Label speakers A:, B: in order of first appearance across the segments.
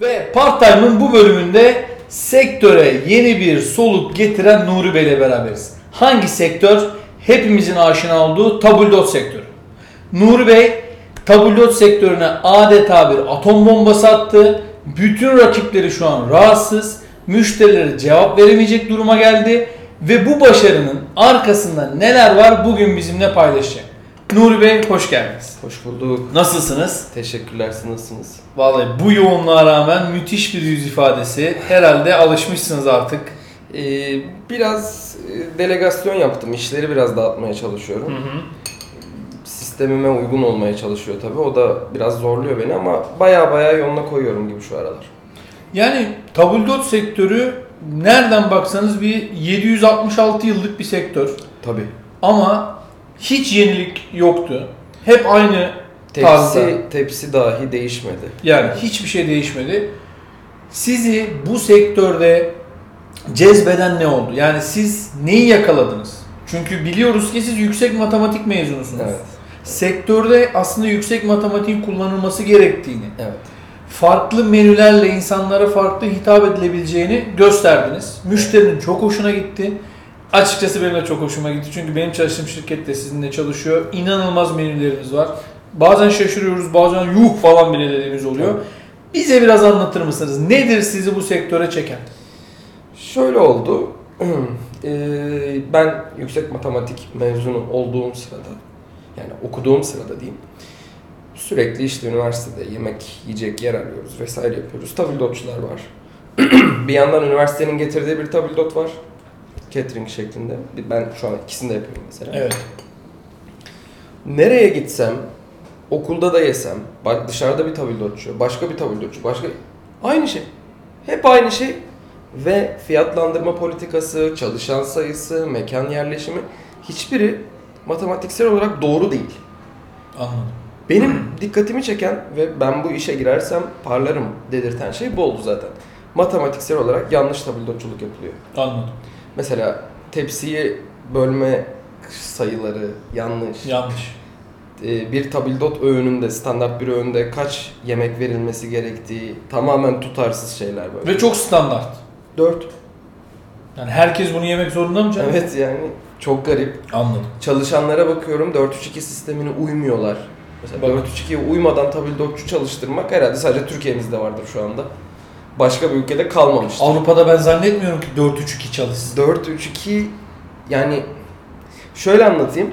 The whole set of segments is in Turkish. A: Ve Part Time'ın bu bölümünde sektöre yeni bir soluk getiren Nuri Bey ile beraberiz. Hangi sektör? Hepimizin aşina olduğu tabldot sektörü. Nuri Bey tabldot sektörüne adeta bir atom bombası attı. Bütün rakipleri şu an rahatsız. Müşterilere cevap veremeyecek duruma geldi. Ve bu başarının arkasında neler var bugün bizimle paylaşacak. Nuri Bey hoş geldiniz.
B: Hoş bulduk.
A: Nasılsınız?
B: Teşekkürler. Siz nasılsınız?
A: Vallahi bu yoğunluğa rağmen müthiş bir yüz ifadesi. Herhalde alışmışsınız artık.
B: Ee, biraz e, delegasyon yaptım. İşleri biraz dağıtmaya çalışıyorum. Sistemime uygun olmaya çalışıyor tabii. O da biraz zorluyor beni ama baya baya yoluna koyuyorum gibi şu aralar.
A: Yani tabuldot sektörü nereden baksanız bir 766 yıllık bir sektör.
B: Tabii.
A: Ama hiç yenilik yoktu. Hep aynı tarzda.
B: Tepsi, tepsi dahi değişmedi.
A: Yani hiçbir şey değişmedi. Sizi bu sektörde cezbeden ne oldu? Yani siz neyi yakaladınız? Çünkü biliyoruz ki siz yüksek matematik mezunusunuz.
B: Evet.
A: sektörde aslında yüksek matematiğin kullanılması gerektiğini,
B: Evet.
A: farklı menülerle insanlara farklı hitap edilebileceğini gösterdiniz. Müşterinin çok hoşuna gitti. Açıkçası benim de çok hoşuma gitti. Çünkü benim çalıştığım şirket de sizinle çalışıyor. İnanılmaz menülerimiz var. Bazen şaşırıyoruz, bazen yuh falan bile dediğimiz oluyor. Bize biraz anlatır mısınız? Nedir sizi bu sektöre çeken?
B: Şöyle oldu. Ee, ben yüksek matematik mezunu olduğum sırada, yani okuduğum sırada diyeyim. Sürekli işte üniversitede yemek, yiyecek yer arıyoruz vesaire yapıyoruz. Tabildotçular var. bir yandan üniversitenin getirdiği bir tabildot var. Catering şeklinde. Bir- Ben şu an ikisini de yapıyorum mesela.
A: Evet.
B: Nereye gitsem, okulda da yesem, ba- dışarıda bir tabildotçu, başka bir tabildotçu, başka... Aynı şey. Hep aynı şey. Ve fiyatlandırma politikası, çalışan sayısı, mekan yerleşimi hiçbiri matematiksel olarak doğru değil.
A: Anladım.
B: Benim dikkatimi çeken ve ben bu işe girersem parlarım dedirten şey bu oldu zaten. Matematiksel olarak yanlış tabildotçuluk yapılıyor.
A: Anladım.
B: Mesela tepsiyi bölme sayıları yanlış.
A: Yanlış.
B: E, bir tabildot öğününde, standart bir öğünde kaç yemek verilmesi gerektiği tamamen tutarsız şeyler böyle.
A: Ve çok standart.
B: 4.
A: Yani herkes bunu yemek zorunda mı canım?
B: Evet yani çok garip.
A: Anladım.
B: Çalışanlara bakıyorum 4-3-2 sistemine uymuyorlar. Mesela
A: Bak.
B: 4-3-2'ye uymadan tabildotçu çalıştırmak herhalde sadece Türkiye'mizde vardır şu anda. Başka bir ülkede kalmamıştır.
A: Avrupa'da ben zannetmiyorum ki 4-3-2 çalışsın.
B: 4-3-2 yani şöyle anlatayım.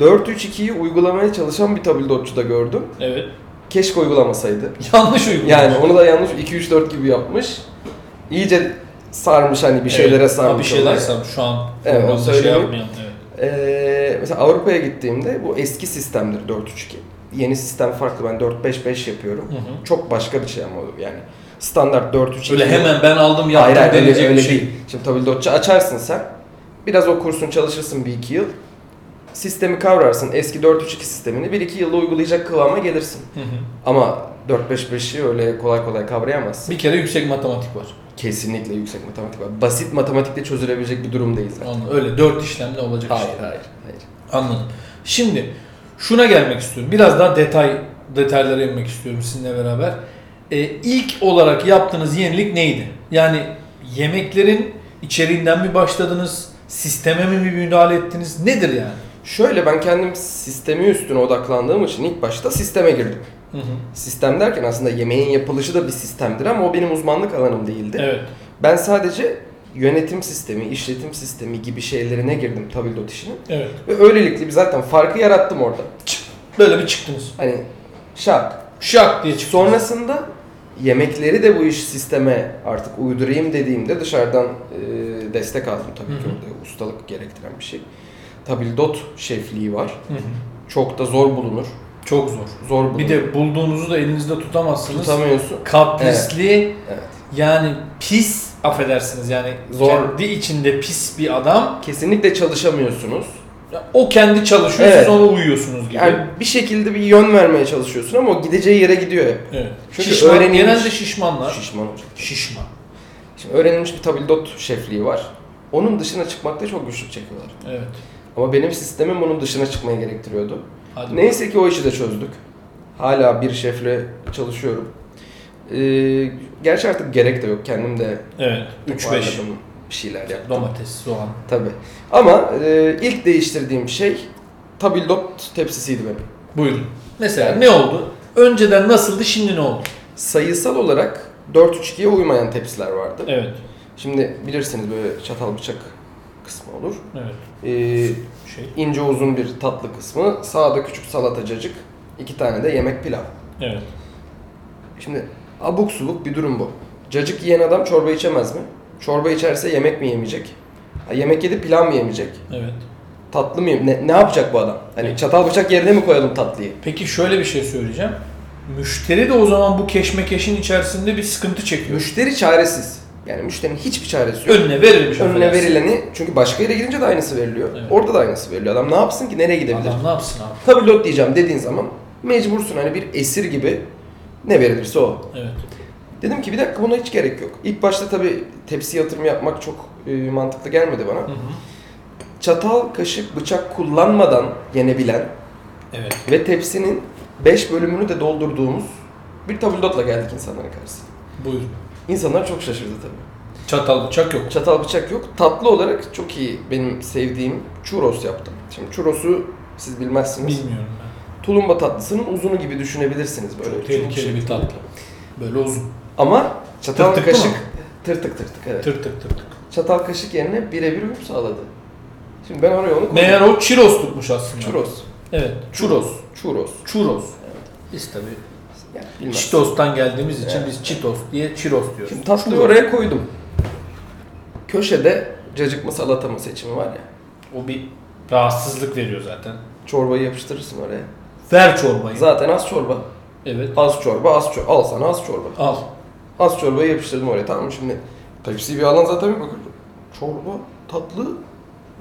B: 4-3-2'yi uygulamaya çalışan bir tabildotçu da gördüm.
A: Evet.
B: Keşke uygulamasaydı.
A: Yanlış uygulamış.
B: Yani onu da yanlış 2 3 4 gibi yapmış. İyice sarmış hani bir şeylere
A: evet.
B: sarmış.
A: Ha, Bir şeyler
B: olarak.
A: sarmış şu an.
B: Evet,
A: programda
B: onu
A: şey
B: söyleyeyim.
A: yapmayalım. Evet.
B: Ee, mesela Avrupa'ya gittiğimde bu eski sistemdir 4 3 2. Yeni sistem farklı. Ben 4 5 5 yapıyorum.
A: Hı hı.
B: Çok başka bir şey ama o yani standart 4 3 2.
A: Öyle hemen ben aldım yaptım
B: Hayır, hayır, öyle,
A: denecek
B: öyle
A: bir şey.
B: değil. Şimdi tabildotçu açarsın sen. Biraz okursun, çalışırsın bir iki yıl. Sistemi kavrarsın. Eski 4-3-2 sistemini 1-2 yılda uygulayacak kıvama gelirsin.
A: Hı hı.
B: Ama 4-5-5'i öyle kolay kolay kavrayamazsın.
A: Bir kere yüksek matematik var.
B: Kesinlikle yüksek matematik var. Basit matematikte çözülebilecek bir durum değil zaten.
A: Anladım. Öyle dört işlemle olacak
B: Hayır,
A: işte.
B: hayır, hayır.
A: Anladım. Şimdi şuna gelmek istiyorum. Biraz daha detay detaylara inmek istiyorum sizinle beraber. Ee, ilk olarak yaptığınız yenilik neydi? Yani yemeklerin içeriğinden mi başladınız? Sisteme mi bir müdahale ettiniz? Nedir yani?
B: Şöyle ben kendim sistemi üstüne odaklandığım için ilk başta sisteme girdim.
A: Hı hı.
B: Sistem derken aslında yemeğin yapılışı da bir sistemdir ama o benim uzmanlık alanım değildi.
A: Evet.
B: Ben sadece yönetim sistemi, işletim sistemi gibi şeylerine girdim tabildot işinin.
A: Evet.
B: Ve öylelikle bir zaten farkı yarattım orada.
A: Böyle bir çıktınız.
B: Hani şak.
A: Şak diye çıktınız.
B: Sonrasında yemekleri de bu iş sisteme artık uydurayım dediğimde dışarıdan e, destek aldım tabii ki
A: Hı hı.
B: orada ustalık gerektiren bir şey. Tabildot şefliği var.
A: Hı hı.
B: Çok da zor bulunur.
A: Çok zor.
B: Zor bulunur.
A: Bir de bulduğunuzu da elinizde tutamazsınız.
B: tutamıyorsun.
A: Kaprisli
B: Evet.
A: yani pis affedersiniz yani
B: Zor.
A: kendi içinde pis bir adam.
B: Kesinlikle çalışamıyorsunuz.
A: Ya O kendi çalışıyor
B: Evet.
A: siz ona uyuyorsunuz gibi.
B: Yani bir şekilde bir yön vermeye çalışıyorsun ama o gideceği yere gidiyor hep.
A: evet.
B: Çünkü
A: Şişman,
B: öğrenilmiş-
A: genelde şişmanlar.
B: Şişman olacak.
A: Şişman.
B: Şimdi öğrenilmiş bir tabildot şefliği var. Onun dışına çıkmakta çok güçlük çekiyorlar.
A: Evet.
B: Ama benim sistemim onun dışına çıkmaya gerektiriyordu.
A: Hadi.
B: Neyse ki o işi de çözdük. Hala bir şefle çalışıyorum. Ee, Ee, gerçi artık gerek de yok. Kendim de
A: Evet. 3-5.
B: toparladım, bir şeyler yaptım.
A: Domates, soğan.
B: Tabii. Ama e, ilk değiştirdiğim şey tabildot tepsisiydi benim.
A: Buyurun. Mesela ne oldu? Önceden nasıldı, şimdi ne oldu?
B: Sayısal olarak 4-3-2'ye uymayan tepsiler vardı.
A: Evet.
B: Şimdi bilirsiniz böyle çatal bıçak kısmı olur.
A: Evet.
B: Ee,
A: Şey.
B: ince uzun bir tatlı kısmı, sağda küçük salata cacık, iki tane de yemek pilav.
A: Evet.
B: Şimdi abuk subuk bir durum bu. Cacık yiyen adam çorba içemez mi? Çorba içerse yemek mi yemeyecek? Ha, yemek yedi pilav mı yemeyecek?
A: Evet.
B: Tatlı mı yem- ne, ne yapacak bu adam? Hani çatal bıçak yerine mi koyalım tatlıyı?
A: Peki şöyle bir şey söyleyeceğim. Müşteri de o zaman bu keşmekeşin içerisinde bir sıkıntı çekiyor.
B: Müşteri çaresiz. Yani müşterinin hiçbir çaresi yok.
A: Önüne verilmiş.
B: Önüne
A: şey affedersin.
B: verileni çünkü başka yere gidince de aynısı veriliyor.
A: Evet.
B: Orada da aynısı veriliyor. Adam ne yapsın ki nereye gidebilir?
A: Adam ne yapsın abi?
B: Tabulot diyeceğim dediğin zaman mecbursun hani bir esir gibi ne verilirse o.
A: Evet.
B: Dedim ki bir dakika buna hiç gerek yok. İlk başta tabii tepsi yatırım yapmak çok e, mantıklı gelmedi bana.
A: Hı hı.
B: Çatal, kaşık, bıçak kullanmadan yenebilen
A: Evet.
B: ve tepsinin 5 bölümünü de doldurduğumuz bir tabldotla geldik insanlara karşı.
A: Buyurun.
B: İnsanlar çok şaşırdı tabii.
A: Çatal bıçak yok.
B: Çatal bıçak yok. Tatlı olarak çok iyi benim sevdiğim churros yaptım. Şimdi churros'u siz bilmezsiniz.
A: Bilmiyorum ben.
B: Tulumba tatlısının uzunu gibi düşünebilirsiniz böyle. şey
A: Çok
B: Çünkü-
A: tehlikeli bir tatlı. Böyle uzun.
B: Ama çatal
A: Tırtıklı
B: kaşık
A: mı?
B: tırtık tırtık evet.
A: Tır tık tık tık.
B: Çatal kaşık yerine birebir uyum sağladı. Şimdi ben oraya onu koydum.
A: Meğer o çiros tutmuş aslında.
B: Churros.
A: Evet.
B: Churros. Churros.
A: Churros. Biz tabii
B: Yani bilmem.
A: Çitos'tan geldiğimiz için
B: Evet.
A: biz Çitos diye Çiros diyoruz.
B: Şimdi tatlıyı
A: Churros.
B: oraya koydum. Köşede cacık mı salata mı seçimi var ya.
A: O bir rahatsızlık veriyor zaten.
B: Çorbayı yapıştırırsın oraya.
A: Ver çorbayı.
B: Zaten az çorba.
A: evet.
B: Az çorba, az çorba. Al sana az çorba.
A: Al.
B: Az çorbayı yapıştırdım oraya. Tamam mı şimdi? Tepsiyi bir alan zaten bir bakıyorum. Çorba, tatlı.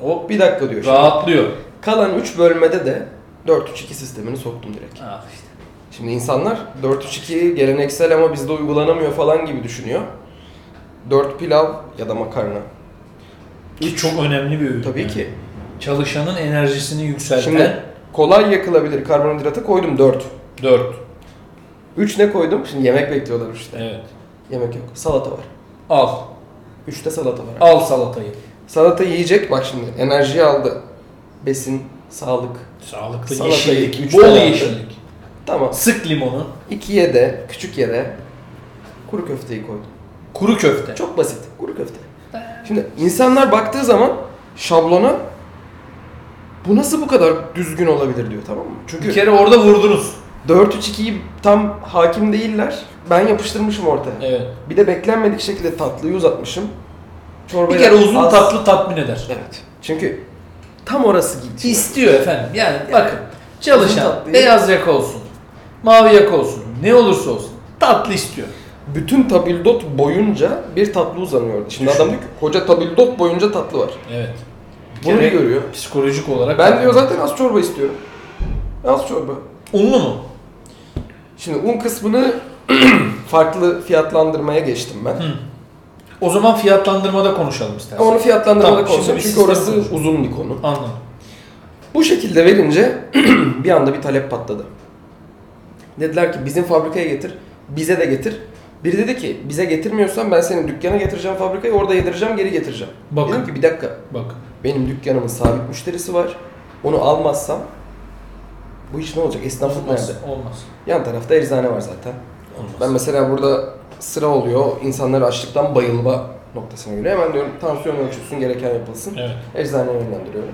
A: O
B: Bir dakika diyor. Şimdi.
A: rahatlıyor.
B: Kalan 3 bölmede de 4-3-2 sistemini soktum direkt.
A: Ah işte.
B: Şimdi insanlar 4-3-2 geleneksel ama bizde uygulanamıyor falan gibi düşünüyor. 4 pilav ya da makarna.
A: Ki çok önemli bir ürün.
B: Tabii
A: yani.
B: ki.
A: Çalışanın enerjisini
B: Şimdi
A: yükselten
B: kolay yakılabilir karbonhidratı koydum 4.
A: 4.
B: 3 ne koydum? Şimdi yemek bekliyorlar işte.
A: Evet.
B: Yemek yok. Salata var.
A: Al.
B: 3'te salata var.
A: Al salatayı.
B: Salata yiyecek bak şimdi enerji aldı. Besin, sağlık.
A: Sağlıklı
B: Salatayı
A: yeşillik.
B: üç
A: Bol
B: tane
A: yeşillik.
B: Tamam.
A: Sık limonu.
B: 2'ye de küçük yere kuru köfteyi koydum.
A: Kuru köfte.
B: Çok basit. Kuru köfte. Şimdi insanlar baktığı zaman şablona bu nasıl bu kadar düzgün olabilir diyor tamam mı?
A: Bir
B: Çünkü
A: kere orada vurdunuz.
B: 4-3-2'yi tam hakim değiller. Ben yapıştırmışım ortaya.
A: Evet.
B: Bir de beklenmedik şekilde tatlıyı uzatmışım. Çorbaya
A: Bir kere uzun
B: az-
A: tatlı tatmin eder.
B: Evet. Çünkü tam orası gidiyor.
A: İstiyor efendim. Yani,
B: Yani
A: bakın
B: uzun
A: çalışan
B: tatlıyı-
A: beyaz yaka olsun, mavi yaka olsun, ne olursa olsun tatlı istiyor.
B: Bütün tabildot boyunca bir tatlı uzanıyordu. Şimdi
A: Düşün.
B: adam diyor ki koca tabildot boyunca tatlı var.
A: Evet.
B: Bunu
A: kere-
B: görüyor.
A: Psikolojik olarak.
B: Ben diyor zaten az çorba istiyorum. Az çorba.
A: Unlu mu?
B: Şimdi un kısmını farklı fiyatlandırmaya geçtim ben.
A: O zaman fiyatlandırmada konuşalım
B: Ama
A: istersen.
B: Onu fiyatlandırmada
A: Tamam,
B: konuşalım
A: şimdi bir
B: çünkü
A: sistem
B: orası
A: konuşalım.
B: uzun bir konu.
A: Anladım.
B: Bu şekilde verince bir anda bir talep patladı. Dediler ki bizim fabrikaya getir, bize de getir. Biri dedi ki bize getirmiyorsan ben senin dükkana getireceğim fabrikaya orada yedireceğim geri getireceğim.
A: Bakın.
B: Dedim ki bir dakika
A: Bak.
B: benim dükkanımın sabit müşterisi var. Onu almazsam bu iş ne olacak? Esnaflık
A: Olmaz.
B: nerede?
A: Olmaz.
B: Yan tarafta eczane var zaten.
A: Olmaz.
B: Ben mesela burada sıra oluyor. insanlar açlıktan bayılma noktasına geliyor. Hemen diyorum tansiyon ölçülsün, gereken yapılsın.
A: Evet.
B: Eczaneye yönlendiriyorum.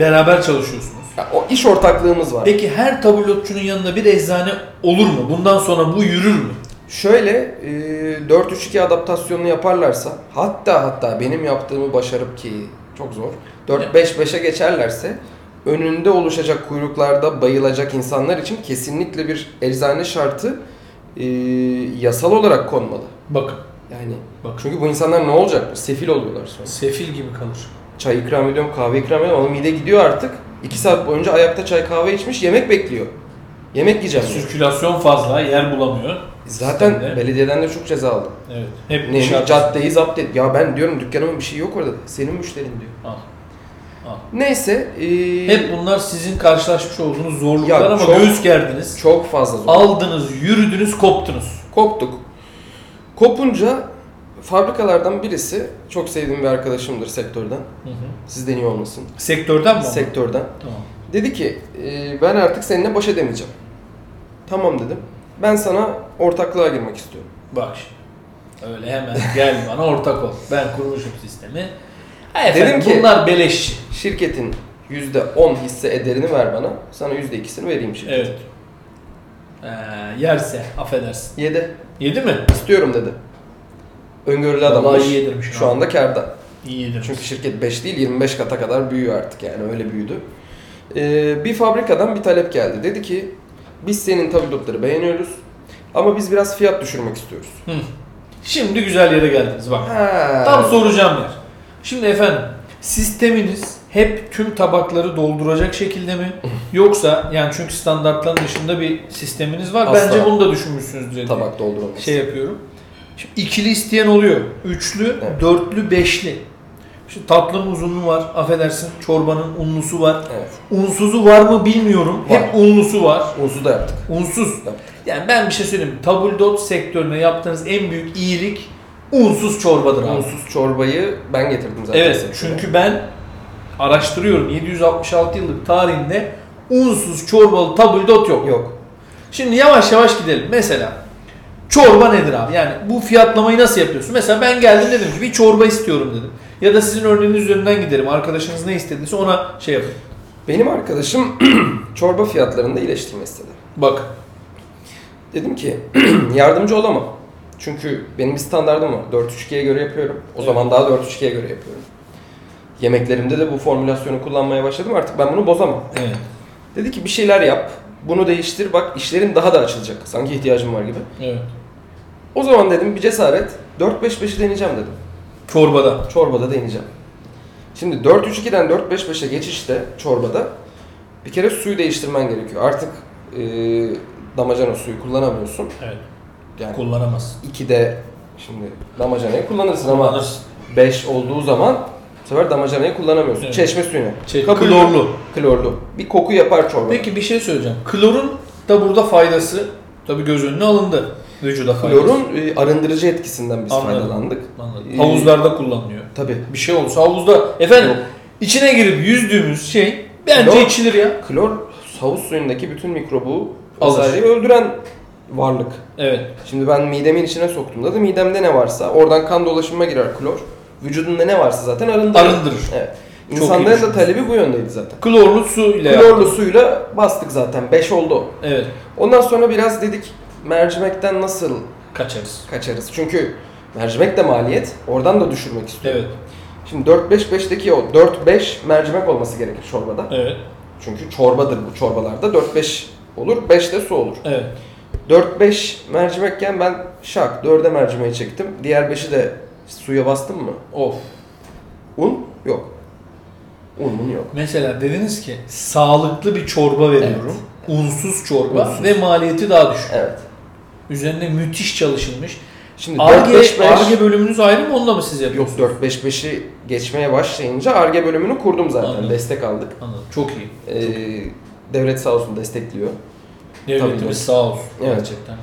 A: Beraber çalışıyorsunuz.
B: Ya, o iş ortaklığımız var.
A: Peki her tabulotçunun yanında bir eczane olur mu? Bundan sonra bu yürür mü?
B: Şöyle e, 4-3-2 adaptasyonunu yaparlarsa hatta hatta benim yaptığımı başarıp ki çok zor 4-5-5'e geçerlerse önünde oluşacak kuyruklarda bayılacak insanlar için kesinlikle bir eczane şartı e, yasal olarak konmalı.
A: Bakın.
B: Yani
A: Bak.
B: çünkü bu insanlar ne olacak? Sefil oluyorlar sonra.
A: Sefil gibi kalır.
B: Çay ikram ediyorum, kahve ikram ediyorum ama mide gidiyor artık. 2 saat boyunca ayakta çay kahve içmiş, yemek bekliyor. Yemek yiyeceğim. diyor.
A: Sirkülasyon fazla, yer bulamıyor.
B: Zaten
A: Sistemde.
B: belediyeden de çok ceza aldım.
A: Evet. Hep
B: Ne
A: dışarıda.
B: caddeyi zapt et. Ya ben diyorum dükkanımın bir şeyi yok orada. Senin müşterin diyor.
A: Al. Al.
B: Neyse. eee,
A: Hep bunlar sizin karşılaşmış olduğunuz zorluklar
B: Ya
A: ama
B: çok-
A: göğüs gerdiniz.
B: çok fazla zor.
A: Aldınız, yürüdünüz, koptunuz.
B: Koptuk. Kopunca fabrikalardan birisi çok sevdiğim bir arkadaşımdır sektörden. Sizden iyi olmasın.
A: Sektörden mi? Sektör.
B: Sektörden.
A: Tamam.
B: Dedi ki "E, ben artık seninle baş edemeyeceğim. Tamam dedim. Ben sana ortaklığa girmek istiyorum.
A: Bak şimdi. Öyle hemen gel bana ortak ol. Ben kurmuşum sistemi. Ha efendim,
B: Dedim ki-
A: bunlar beleş.
B: Şirketin %10 hisse ederini ver bana. Sana %2'sini vereyim şimdi.
A: Evet. Ee, yerse affedersin.
B: Yedi.
A: Yedi mi?
B: İstiyorum dedi. Öngörülü
A: Vallahi
B: adammış.
A: iyi yedirmiş
B: Şu
A: abi.
B: anda karda.
A: İyi yedirmiş.
B: Çünkü şirket 5 değil 25 kata kadar büyüyor artık yani öyle büyüdü. Ee, bir fabrikadan bir talep geldi. Dedi ki biz senin tabletleri beğeniyoruz ama biz biraz fiyat düşürmek istiyoruz.
A: Hı. Şimdi güzel yere geldiniz bak.
B: Ha.
A: Tam soracağım yer. Şimdi efendim sisteminiz hep tüm tabakları dolduracak şekilde mi? Yoksa yani çünkü standartların dışında bir sisteminiz var.
B: Asla.
A: Bence bunu da düşünmüşsünüzdür. diye
B: Tabak doldurulması.
A: Şey yapıyorum. Şimdi ikili isteyen oluyor. Üçlü,
B: Evet.
A: dörtlü, beşli. Şimdi tatlım uzunlu var. Affedersin. Çorbanın unlusu var.
B: Evet.
A: Unsuzu var mı bilmiyorum.
B: Var.
A: Hep unlusu var.
B: Unsuz da yaptık.
A: Unsuz.
B: Yaptık.
A: Yani ben bir şey söyleyeyim. Tabuldot sektörüne yaptığınız en büyük iyilik unsuz çorbadır abi.
B: Unsuz çorbayı ben getirdim zaten.
A: Evet
B: size.
A: çünkü ben araştırıyorum 766 yıllık tarihinde unsuz çorbalı tabuldot yok.
B: Yok.
A: Şimdi yavaş yavaş gidelim. Mesela çorba nedir abi? Yani bu fiyatlamayı nasıl yapıyorsun? Mesela ben geldim dedim ki bir çorba istiyorum dedim. Ya da sizin örneğiniz üzerinden giderim. Arkadaşınız ne istediyse ona şey yapın.
B: Benim arkadaşım çorba fiyatlarında iyileştirme istedi.
A: Bak
B: Dedim ki yardımcı olamam. Çünkü benim bir standardım var. 4-3-2'ye göre yapıyorum. O
A: Evet.
B: zaman daha 4-3-2'ye göre yapıyorum. Yemeklerimde de bu formülasyonu kullanmaya başladım. Artık ben bunu bozamam.
A: evet.
B: Dedi ki bir şeyler yap. Bunu değiştir. Bak işlerim daha da açılacak. Sanki ihtiyacım var gibi.
A: evet.
B: O zaman dedim bir cesaret. 4-5-5'i deneyeceğim dedim.
A: Çorbada.
B: Çorbada deneyeceğim. Şimdi 4-3-2'den 4-5-5'e geçişte çorbada bir kere suyu değiştirmen gerekiyor. Artık e, damacana suyu kullanamıyorsun.
A: Evet.
B: Yani
A: Kullanamaz.
B: 2'de şimdi damacanayı kullanırsın ama
A: Kullanırsın.
B: 5 olduğu zaman bu sefer damacanayı kullanamıyorsun.
A: Evet.
B: Çeşme suyunu.
A: Şey,
B: Kabul-
A: klorlu.
B: Klorlu. Bir koku yapar çorba.
A: Peki bir şey söyleyeceğim. Klorun da burada faydası tabii göz önüne alındı. Vücuda faydası.
B: Klorun e, arındırıcı etkisinden biz
A: Anladım.
B: faydalandık.
A: Anladım.
B: Ee,
A: Havuzlarda kullanılıyor.
B: Tabii.
A: Bir şey olsa havuzda efendim
B: Yok.
A: içine girip yüzdüğümüz şey bence
B: Klor-
A: içilir ya.
B: Klor havuz suyundaki bütün mikrobu
A: Alır.
B: vesaireyi öldüren varlık.
A: Evet.
B: Şimdi ben midemin içine soktuğumda da midemde ne varsa oradan kan dolaşımına girer klor. Vücudunda ne varsa zaten arındırır.
A: Arındırır.
B: Evet.
A: Çok
B: İnsanların da
A: iyiymiş.
B: talebi bu yöndeydi zaten.
A: Klorlu su ile
B: Klorlu suyla bastık zaten. 5 oldu o.
A: Evet.
B: Ondan sonra biraz dedik mercimekten nasıl
A: Kaçarız.
B: kaçarız? Çünkü mercimek de maliyet. Oradan da düşürmek istiyor.
A: Evet.
B: Şimdi 4-5-5'teki o 4-5 mercimek olması gerekir çorbada.
A: Evet.
B: Çünkü çorbadır bu çorbalarda. 4-5 olur, 5 de su olur.
A: Evet.
B: 4-5 mercimekken ben şak 4'e mercimeği çektim. Diğer 5'i de suya bastım mı?
A: Of.
B: Un yok. Un un yok.
A: Mesela dediniz ki sağlıklı bir çorba veriyorum. Unsuz çorba
B: Unsuz.
A: ve maliyeti daha düşük.
B: Evet.
A: Üzerine müthiş çalışılmış.
B: Şimdi
A: Arge
B: 4-5-5
A: Arge bölümünüz ayrı mı? Onda mı siz
B: Yok
A: yapıyorsunuz?
B: 4-5-5'i geçmeye başlayınca ARGE bölümünü kurdum zaten.
A: Anladım.
B: Destek aldık.
A: Anladım. Çok iyi.
B: Ee, devlet sağ olsun destekliyor. Tabii.
A: Devletimiz sağ olsun.
B: Evet.
A: Gerçekten.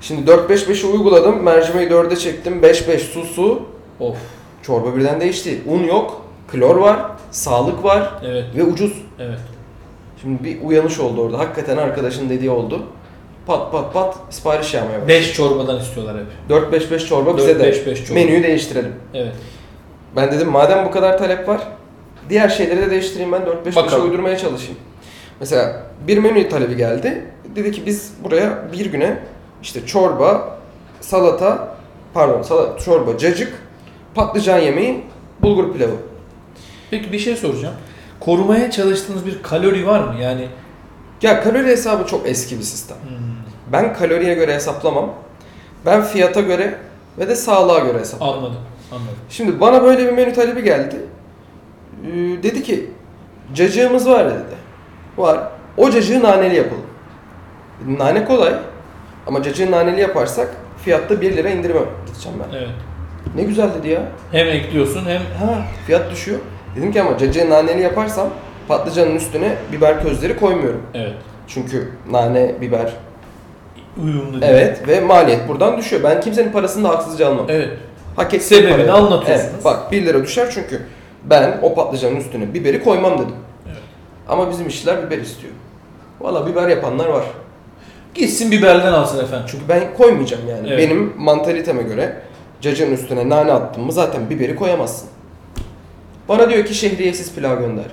B: Şimdi 4-5-5'i uyguladım. Mercimeği 4'e çektim. 5-5 su su.
A: Of.
B: Çorba birden değişti. Un yok. Klor var. Sağlık var.
A: Evet.
B: Ve ucuz.
A: Evet.
B: Şimdi bir uyanış oldu orada. Hakikaten arkadaşın dediği oldu. Pat pat pat sipariş yağmaya başladı.
A: 5 çorbadan istiyorlar hep.
B: 4-5-5 çorba bize de.
A: 4-5-5 çorba.
B: Menüyü değiştirelim.
A: Evet.
B: Ben dedim madem bu kadar talep var. Diğer şeyleri de değiştireyim ben 4-5 5'e
A: Bakalım.
B: uydurmaya çalışayım. Mesela bir menü talebi geldi. Dedi ki biz buraya bir güne işte çorba, salata, pardon salata, çorba, cacık, patlıcan yemeği, bulgur pilavı.
A: Peki bir şey soracağım. Korumaya çalıştığınız bir kalori var mı? Yani
B: Ya kalori hesabı çok eski bir sistem.
A: hmm,
B: Ben kaloriye göre hesaplamam. Ben fiyata göre ve de sağlığa göre hesaplarım.
A: anladım. Anladım.
B: Şimdi bana böyle bir menü talebi geldi. Ee, dedi ki cacığımız var dedi. Var. O cacığı naneli yapalım. Nane kolay. Ama cacığı naneli yaparsak fiyatta 1 lira indirime gideceğim ben.
A: Evet.
B: Ne güzel dedi ya.
A: Hem ekliyorsun hem
B: Ha, fiyat düşüyor. Dedim ki ama cacığı naneli yaparsam patlıcanın üstüne biber közleri koymuyorum.
A: evet.
B: Çünkü nane, biber
A: uyumlu değil.
B: Evet ve maliyet buradan düşüyor. Ben kimsenin parasını da haksızca almam.
A: Evet.
B: Hak ettiği
A: Sebebini
B: parayı.
A: anlatıyorsunuz.
B: Evet, bak 1 lira düşer çünkü ben o patlıcanın üstüne biberi koymam dedim.
A: Evet.
B: Ama bizim işçiler biber istiyor. Valla biber yapanlar var.
A: Gitsin biberden alsın efendim. Çünkü
B: Çünkü ben koymayacağım yani.
A: Evet.
B: Benim mantaliteme göre cacığın üstüne nane attın mı zaten biberi koyamazsın. Bana diyor ki şehriyesiz pilav gönder.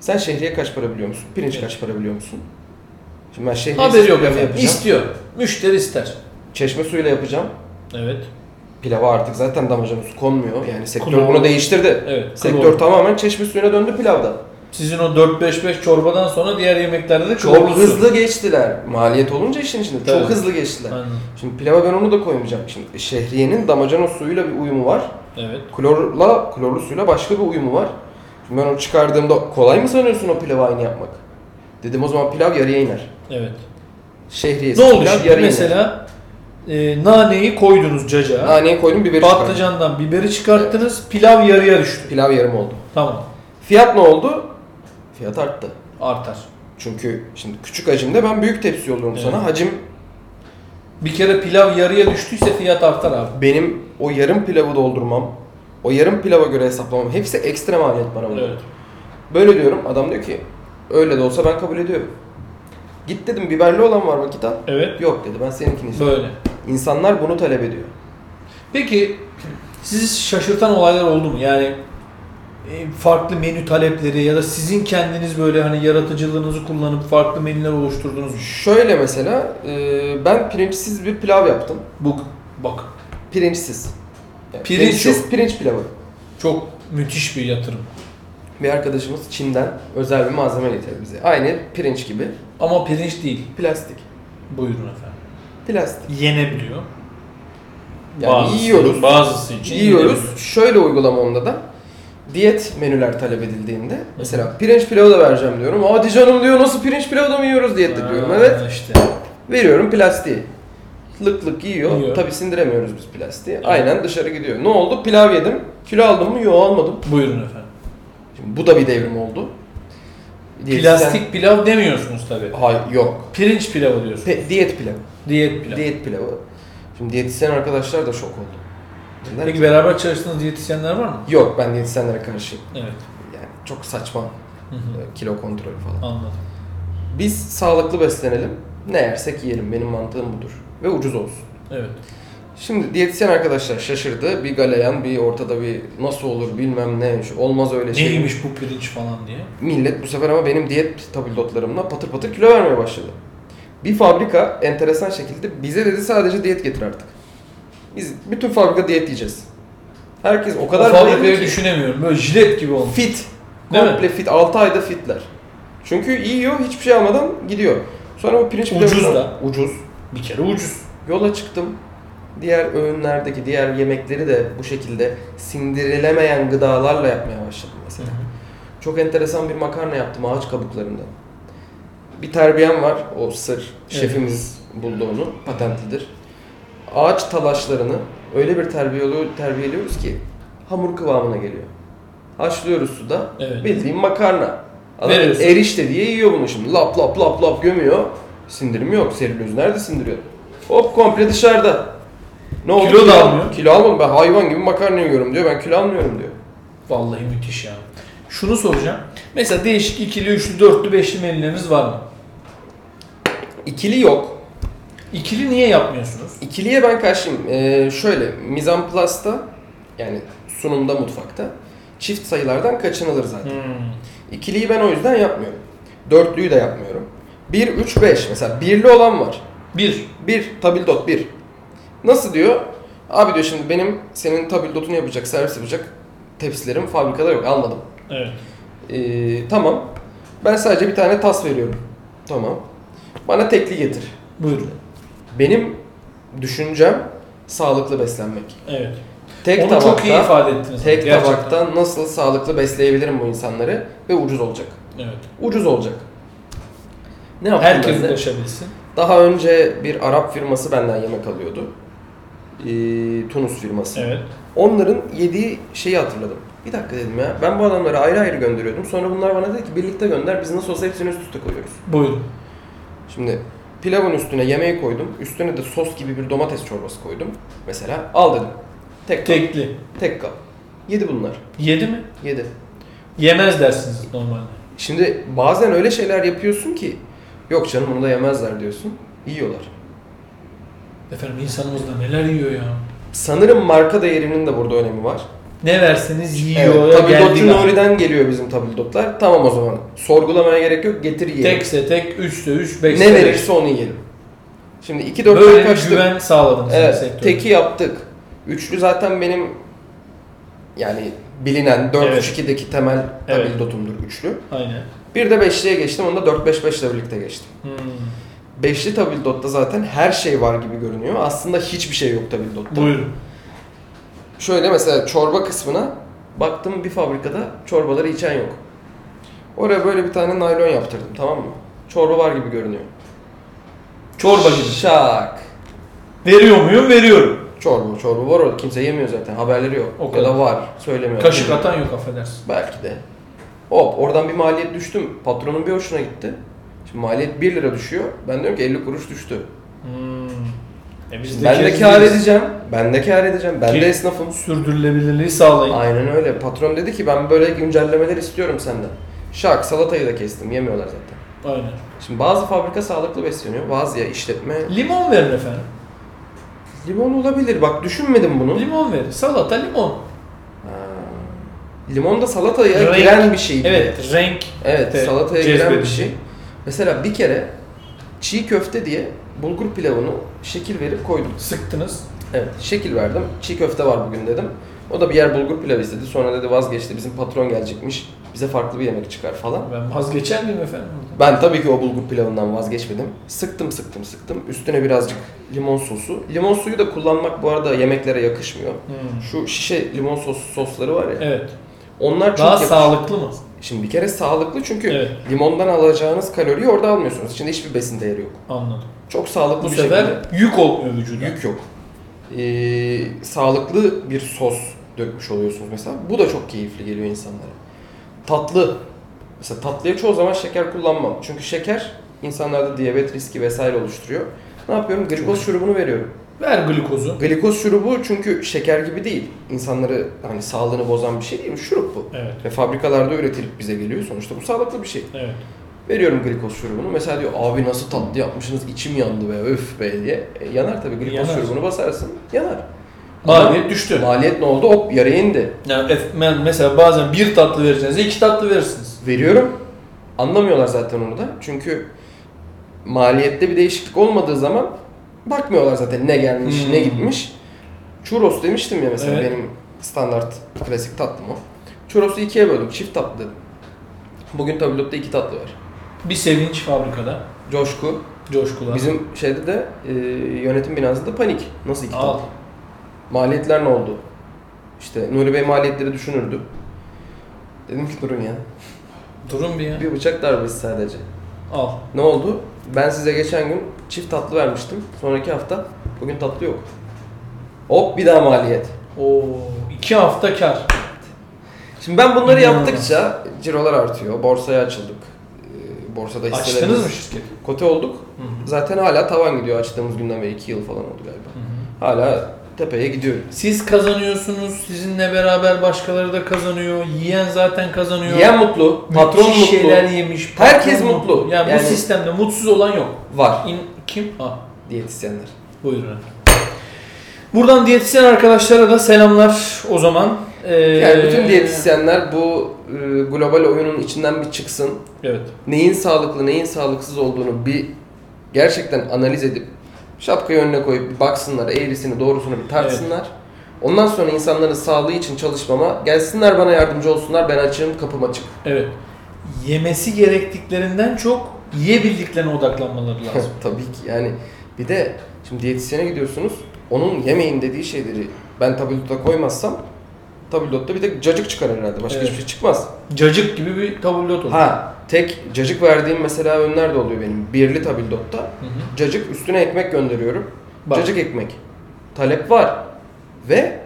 B: Sen şehriye kaç para biliyor musun? Pirinç
A: Evet.
B: kaç para biliyor musun? Şimdi ben şehriyesiz
A: haberi yok
B: pilav
A: efendim.
B: yapacağım.
A: İstiyor. Müşteri ister.
B: Çeşme suyuyla yapacağım.
A: Evet.
B: Pilava artık zaten damacana su konmuyor. Yani sektör
A: Klor.
B: bunu değiştirdi.
A: Evet.
B: Sektör
A: klor.
B: tamamen çeşme suyuna döndü pilavda.
A: Sizin o 4-5-5 çorbadan sonra diğer yemeklerde de
B: Çok
A: klorlu su.
B: hızlı geçtiler. Maliyet olunca işin içinde.
A: Tabii.
B: Çok hızlı geçtiler.
A: Aynen.
B: Şimdi pilava ben onu da koymayacağım. Şimdi şehriyenin damacana suyuyla bir uyumu var.
A: Evet.
B: Klorla, klorlu suyla başka bir uyumu var. Şimdi ben onu çıkardığımda kolay mı sanıyorsun o pilavı aynı yapmak? Dedim o zaman pilav yarıya iner.
A: Evet.
B: Şehriyesi
A: Ne oldu
B: pilav
A: şimdi mesela? E, naneyi koydunuz
B: iner.
A: caca.
B: Naneye koydum biberi çıkardım.
A: Patlıcandan biberi çıkarttınız. Pilav yarıya düştü.
B: Pilav yarım oldu.
A: Tamam.
B: Fiyat ne oldu? Fiyat arttı.
A: Artar.
B: Çünkü şimdi küçük hacimde ben büyük tepsi yolluyorum
A: Evet.
B: sana. Hacim
A: Bir kere pilav yarıya düştüyse fiyat artar abi.
B: benim o yarım pilavı doldurmam, o yarım pilava göre hesaplamam hepsi ekstra maliyet bana. bunlar.
A: Evet.
B: Böyle diyorum adam diyor ki öyle de olsa ben kabul ediyorum. Git dedim biberli olan var vakit al.
A: Evet.
B: Yok dedi ben seninkini istiyorum.
A: Böyle.
B: İnsanlar bunu talep ediyor.
A: Peki sizi şaşırtan olaylar oldu mu? Yani e, farklı menü talepleri ya da sizin kendiniz böyle hani yaratıcılığınızı kullanıp farklı menüler şey. oluşturdunuz mu?
B: Şöyle mesela e, ben pirinçsiz bir pilav yaptım.
A: Bu bak
B: Pirinçsiz. Yani
A: Pirinç
B: pirinçsiz
A: yok.
B: pirinç pilavı.
A: çok müthiş bir yatırım.
B: Bir arkadaşımız Çin'den özel bir malzeme getirdi bize. Aynı pirinç gibi.
A: Ama pirinç değil.
B: Plastik.
A: Buyurun efendim.
B: Plastik.
A: Yenebiliyor.
B: Yani
A: Bazısı-
B: yiyoruz.
A: Bazısı için
B: yiyoruz.
A: yenebiliyor.
B: Şöyle uygulama onda da diyet menüler talep edildiğinde mesela pirinç pilavı da vereceğim diyorum. Hadi canım diyor nasıl pirinç pilavı da mı yiyoruz diyette diyorum.
A: Ha,
B: Evet.
A: işte.
B: Veriyorum plastiği. Lık lık yiyor.
A: Yiyor.
B: Tabii sindiremiyoruz biz plastiği. Aynen dışarı gidiyor. Ne oldu? Pilav yedim. Kilo aldım mı? Yok almadım.
A: Buyurun efendim.
B: Şimdi bu da bir devrim oldu. Diyetisyen-
A: Plastik pilav demiyorsunuz tabii.
B: Hayır yok.
A: Pirinç pilavı diyorsunuz.
B: Pe- diyet pilavı.
A: Diyet pilavı.
B: Diyet pilavı. Şimdi diyetisyen arkadaşlar da şok oldu. Dediler
A: Peki
B: ki,
A: beraber çalıştığınız diyetisyenler var mı?
B: Yok ben diyetisyenlere karşıyım.
A: Evet.
B: Yani çok saçma
A: Hı hı.
B: e, kilo kontrolü falan.
A: Anladım.
B: Biz sağlıklı beslenelim. Ne yersek yiyelim. Benim mantığım budur. Ve ucuz olsun.
A: Evet.
B: Şimdi diyetisyen arkadaşlar şaşırdı. Bir galeyan, bir ortada bir nasıl olur bilmem ne. şu Olmaz öyle şey.
A: Neymiş bu pirinç falan diye.
B: Millet bu sefer ama benim diyet tabildotlarımla patır patır kilo vermeye başladı. Bir fabrika enteresan şekilde bize dedi sadece diyet getir artık. Biz bütün fabrika diyet yiyeceğiz. Herkes o
A: O kadar
B: kadar bayıldı
A: fabrikayı
B: ki-
A: düşünemiyorum. Böyle jilet gibi olmuş.
B: Fit.
A: Değil mi?
B: Komple fit. 6 ayda fitler. Çünkü yiyor hiçbir şey almadan gidiyor. Sonra bu pirinç
A: Ucuz
B: pilavından-
A: da.
B: Ucuz.
A: Bir kere ucuz.
B: Yola çıktım. Diğer öğünlerdeki diğer yemekleri de bu şekilde sindirilemeyen gıdalarla yapmaya başladım mesela. Çok enteresan bir makarna yaptım ağaç kabuklarından. Bir terbiyem var. O sır. Şefimiz buldu onu. Patentlidir. Ağaç talaşlarını öyle bir terbiyeli- terbiyeliyoruz ki hamur kıvamına geliyor. Haşlıyoruz suda.
A: Evet.
B: Bildiğin makarna. Adam
A: Veriyorsun.
B: erişte diye yiyor bunu şimdi. Lap lap lap lap gömüyor. Sindirimi yok. Seriliyoruz. Nerede sindiriyor? Hop komple dışarıda. Ne oldu?
A: Kilo da almıyor.
B: Kilo almadım. Ben hayvan gibi makarna yiyorum diyor. Ben kilo almıyorum diyor.
A: Vallahi müthiş ya. Şunu soracağım. Mesela değişik ikili, üçlü, dörtlü, beşli menüleriniz var mı?
B: İkili yok.
A: İkili niye yapmıyorsunuz?
B: İkiliye ben karşıyım. Ee, şöyle, Mizan Plus'ta yani sunumda mutfakta çift sayılardan kaçınılır zaten. İkiliyi ben o yüzden yapmıyorum. Dörtlüyü de yapmıyorum. 1, 3, 5 mesela birli olan var.
A: Bir.
B: 1, tabildot 1. Nasıl diyor? Abi diyor şimdi benim senin tabildotunu yapacak, servis yapacak tepsilerim fabrikada yok almadım.
A: Evet.
B: Ee, tamam. Ben sadece bir tane tas veriyorum. Tamam. Bana tekli getir.
A: Buyurun.
B: Benim düşüncem sağlıklı beslenmek.
A: Evet.
B: Tek
A: Onu
B: tabakta,
A: çok iyi ifade ettiniz.
B: tek
A: Gerçekten.
B: tabakta nasıl sağlıklı besleyebilirim bu insanları ve ucuz olacak.
A: Evet.
B: Ucuz olacak. Ne yaptım
A: Herkes
B: ben de?
A: ulaşabilsin.
B: Daha önce bir Arap firması benden yemek alıyordu. Ee, Tunus firması.
A: Evet.
B: Onların yediği şeyi hatırladım. Bir dakika dedim ya. Ben bu adamları ayrı ayrı gönderiyordum. Sonra bunlar bana dedi ki birlikte gönder. Biz nasıl olsa hepsini üst üste koyuyoruz.
A: Buyurun.
B: Şimdi Pilavın üstüne yemeği koydum. Üstüne de sos gibi bir domates çorbası koydum. Mesela al dedim. Tek kap. Tek,
A: Tekli.
B: kap. Yedi bunlar.
A: Yedi mi?
B: Yedi.
A: Yemez dersiniz normalde.
B: Şimdi bazen öyle şeyler yapıyorsun ki yok canım onu da yemezler diyorsun. Yiyorlar.
A: Efendim insanımız da neler yiyor ya.
B: Sanırım marka değerinin de burada önemi var.
A: Ne verseniz yiyor.
B: Evet, Tabildotçu
A: geldiği an.
B: Nuri'den geliyor bizim tabildotlar. Tamam o zaman. Sorgulamaya gerek yok. Getir yiyelim.
A: Tekse tek, üçse üç, beşse
B: ne
A: beş.
B: verirse onu yiyelim. Şimdi 2
A: Böyle
B: 4
A: bir
B: kaçtık.
A: güven sağladınız
B: Evet,
A: sektöre.
B: teki yaptık. Üçlü zaten benim yani bilinen 4
A: Evet.
B: 3 2'deki temel
A: Evet.
B: tabildotumdur üçlü.
A: Aynen.
B: Bir de beşliye geçtim. Onu da 4 5 5 ile birlikte geçtim.
A: Hmm.
B: Beşli tabildotta zaten her şey var gibi görünüyor. Aslında hiçbir şey yok tabildotta.
A: Buyurun.
B: Şöyle mesela çorba kısmına baktım bir fabrikada çorbaları içen yok. Oraya böyle bir tane naylon yaptırdım tamam mı? Çorba var gibi görünüyor.
A: Çorba gibi.
B: Şak.
A: Veriyor muyum? Veriyorum.
B: Çorba çorba var orada kimse yemiyor zaten haberleri yok.
A: O
B: ya
A: kadar.
B: da var söylemiyor.
A: Kaşık atan yok affedersin.
B: Belki de. Hop oradan bir maliyet düştüm. Patronun bir hoşuna gitti. Şimdi maliyet 1 lira düşüyor. Ben diyorum ki 50 kuruş düştü.
A: Hmm. E biz
B: ben de
A: kez
B: kâr
A: değiliz.
B: edeceğim. Ben de kâr edeceğim. Ben
A: Ki-
B: de esnafım.
A: Sürdürülebilirliği sağlayın.
B: Aynen öyle. Patron dedi ki ben böyle güncellemeler istiyorum senden. Şak salatayı da kestim. Yemiyorlar zaten.
A: Aynen.
B: Şimdi bazı fabrika sağlıklı besleniyor. Bazı ya işletme.
A: Limon verin efendim.
B: Limon olabilir. Bak düşünmedim bunu.
A: Limon verin. Salata limon.
B: Ha. Limon da salataya
A: Renk.
B: giren bir şey.
A: Evet, renk.
B: Evet,
A: Evet,
B: salataya giren bir
A: cezbedici.
B: şey. Mesela bir kere çiğ köfte diye bulgur pilavını şekil verip koydum.
A: Sıktınız.
B: Evet, şekil verdim. Çiğ köfte var bugün dedim. O da bir yer bulgur pilav istedi. Sonra dedi vazgeçti. Bizim patron gelecekmiş. Bize farklı bir yemek çıkar falan.
A: Ben vazgeçer miyim efendim? burada?
B: Ben tabii ki o bulgur pilavından vazgeçmedim. Sıktım sıktım sıktım. Üstüne birazcık limon sosu. Limon suyu da kullanmak bu arada yemeklere yakışmıyor.
A: Hmm.
B: Şu şişe limon sosu sosları var ya.
A: Evet.
B: Onlar çok
A: Daha
B: yakışıyor.
A: sağlıklı mı?
B: Şimdi bir kere sağlıklı çünkü
A: Evet.
B: limondan alacağınız kaloriyi orada almıyorsunuz. İçinde hiçbir besin değeri yok.
A: Anladım.
B: Çok sağlıklı
A: Bu
B: bir
A: sefer
B: şekilde.
A: yük olmuyor vücuda.
B: Yük yok. Ee, sağlıklı bir sos dökmüş oluyorsunuz mesela. Bu da çok keyifli geliyor insanlara. Tatlı. Mesela tatlıya çoğu zaman şeker kullanmam. Çünkü şeker insanlarda diyabet riski vesaire oluşturuyor. Ne yapıyorum? Glikoz şurubunu veriyorum.
A: Ver glikozu.
B: Glikoz şurubu çünkü şeker gibi değil. İnsanları hani sağlığını bozan bir şey değil mi? Şurup bu.
A: Evet.
B: Ve fabrikalarda üretilip bize geliyor. Sonuçta bu sağlıklı bir şey.
A: Evet.
B: Veriyorum glikoz şurubunu. Mesela diyor abi nasıl tatlı yapmışsınız içim yandı be öf be diye. E, yanar tabii glikoz
A: Yanar.
B: şurubunu basarsın yanar.
A: Maliyet düştü.
B: Ama maliyet ne oldu? Hop yara indi.
A: Yani ef- ben mesela bazen bir tatlı vereceğinize iki tatlı verirsiniz.
B: Veriyorum. Anlamıyorlar zaten onu da. Çünkü maliyette bir değişiklik olmadığı zaman bakmıyorlar zaten ne gelmiş
A: Hmm.
B: ne gitmiş. Churros demiştim ya mesela
A: Evet.
B: benim standart klasik tatlım o. Churros'u ikiye böldüm. Çift tatlı dedim. Bugün tablotta iki tatlı var.
A: Bir sevinç fabrikada.
B: Coşku,
A: Coşkular.
B: Bizim şeyde de e, yönetim binasında panik. Nasıl iki
A: Al.
B: tane? Maliyetler ne oldu? İşte Nuri Bey maliyetleri düşünürdü. Dedim ki durun ya.
A: Durun bir ya.
B: Bir bıçak darbesi sadece.
A: Al.
B: Ne oldu? Ben size geçen gün çift tatlı vermiştim. Sonraki hafta bugün tatlı yok. Hop bir daha maliyet.
A: Oo. iki hafta kar.
B: Şimdi ben bunları
A: İnanılmaz.
B: yaptıkça cirolar artıyor. Borsaya açıldık. E, Borsada hisselerimiz.
A: Açtınız mı şirketi?
B: Kote olduk.
A: Hı hı.
B: Zaten hala tavan gidiyor açtığımız günden beri 2 yıl falan oldu galiba.
A: Hı hı.
B: Hala tepeye gidiyor.
A: Siz kazanıyorsunuz, sizinle beraber başkaları da kazanıyor, yiyen zaten kazanıyor.
B: Yiyen mutlu, patron
A: Müthiş
B: mutlu.
A: şeyler yemiş. patron
B: Herkes mutlu.
A: Yani,
B: Yani-
A: bu sistemde mutsuz olan yok.
B: Var
A: İn, kim? Ah,
B: diyetisyenler.
A: buyurun. efendim. Buradan diyetisyen arkadaşlara da selamlar o zaman. Ee,
B: Yani bütün diyetisyenler bu e, global oyunun içinden bir çıksın.
A: Evet.
B: Neyin sağlıklı, neyin sağlıksız olduğunu bir gerçekten analiz edip şapkayı önüne koyup bir baksınlar, eğrisini, doğrusunu bir tartsınlar. Ondan sonra insanların sağlığı için çalışmama gelsinler bana yardımcı olsunlar. Ben açığım, kapım açık.
A: Evet. Yemesi gerektiklerinden çok yiyebildiklerine odaklanmaları lazım.
B: Tabii ki yani bir de şimdi diyetisyene gidiyorsunuz. Onun yemeyin dediği şeyleri ben tabloda koymazsam tabloda bir de cacık çıkar herhalde. Başka
A: Evet.
B: hiçbir şey çıkmaz.
A: Cacık gibi bir tabulot olur.
B: Ha tek cacık verdiğim mesela önlerde oluyor benim. Birli tabildotta.
A: Hı hı.
B: Cacık üstüne ekmek gönderiyorum.
A: Bak.
B: Cacık ekmek. Talep var. Ve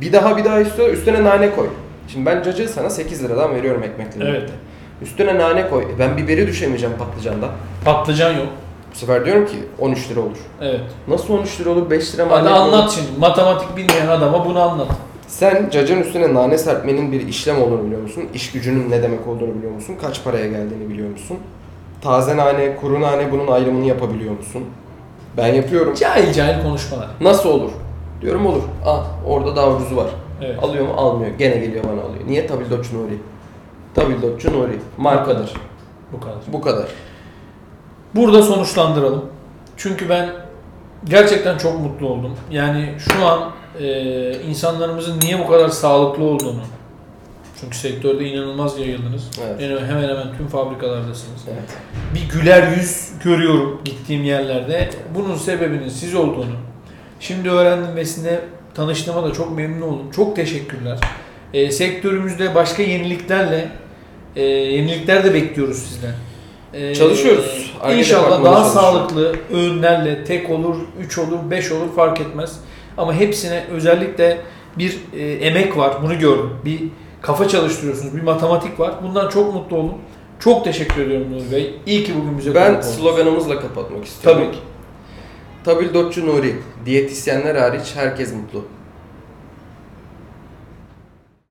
B: bir daha bir daha istiyor üstüne nane koy. Şimdi ben cacığı sana 8 liradan veriyorum ekmekle
A: Evet.
B: birlikte. Üstüne nane koy. E Ben biberi düşemeyeceğim patlıcandan.
A: Patlıcan yok.
B: Bu sefer diyorum ki 13 lira olur.
A: Evet.
B: Nasıl 13 lira olur 5 lira
A: Hadi
B: maliyet olur?
A: anlat şimdi. Matematik bilmeyen adama bunu anlat.
B: Sen cacın üstüne nane serpmenin bir işlem olduğunu biliyor musun? İş gücünün ne demek olduğunu biliyor musun? Kaç paraya geldiğini biliyor musun? Taze nane, kuru nane bunun ayrımını yapabiliyor musun? Ben yapıyorum.
A: Cahil cahil konuşmalar.
B: Nasıl olur? Diyorum olur. Ah orada daha ucuzu var.
A: Evet.
B: Alıyor mu? Almıyor. Gene geliyor bana alıyor. Niye? Tabildotçu Nuri. Tabildotçu Nuri. Markadır.
A: Bu kadar.
B: Bu kadar.
A: Burada sonuçlandıralım. Çünkü ben gerçekten çok mutlu oldum. Yani şu an e, insanlarımızın niye bu kadar sağlıklı olduğunu çünkü sektörde inanılmaz yayıldınız.
B: Evet.
A: Yani hemen hemen tüm fabrikalardasınız.
B: Evet.
A: bir güler yüz görüyorum gittiğim yerlerde. Bunun sebebinin siz olduğunu şimdi öğrendim ve sizinle tanıştığıma da çok memnun oldum. Çok teşekkürler. Ee, sektörümüzde başka yeniliklerle e, yenilikler de bekliyoruz sizden. Ee,
B: Çalışıyoruz. Arge
A: İnşallah
B: departmanı
A: daha
B: çalışıyor.
A: sağlıklı öğünlerle tek olur, üç olur, beş olur fark etmez. Ama hepsine özellikle bir e, emek var. Bunu gördüm. Bir kafa çalıştırıyorsunuz. Bir matematik var. Bundan çok mutlu oldum. Çok teşekkür ediyorum Nur Bey. İyi ki bugün bize
B: Ben
A: konuk oldunuz.
B: sloganımızla kapatmak istiyorum.
A: Tabii ki.
B: Tabildotçu Nuri. Diyetisyenler hariç herkes mutlu.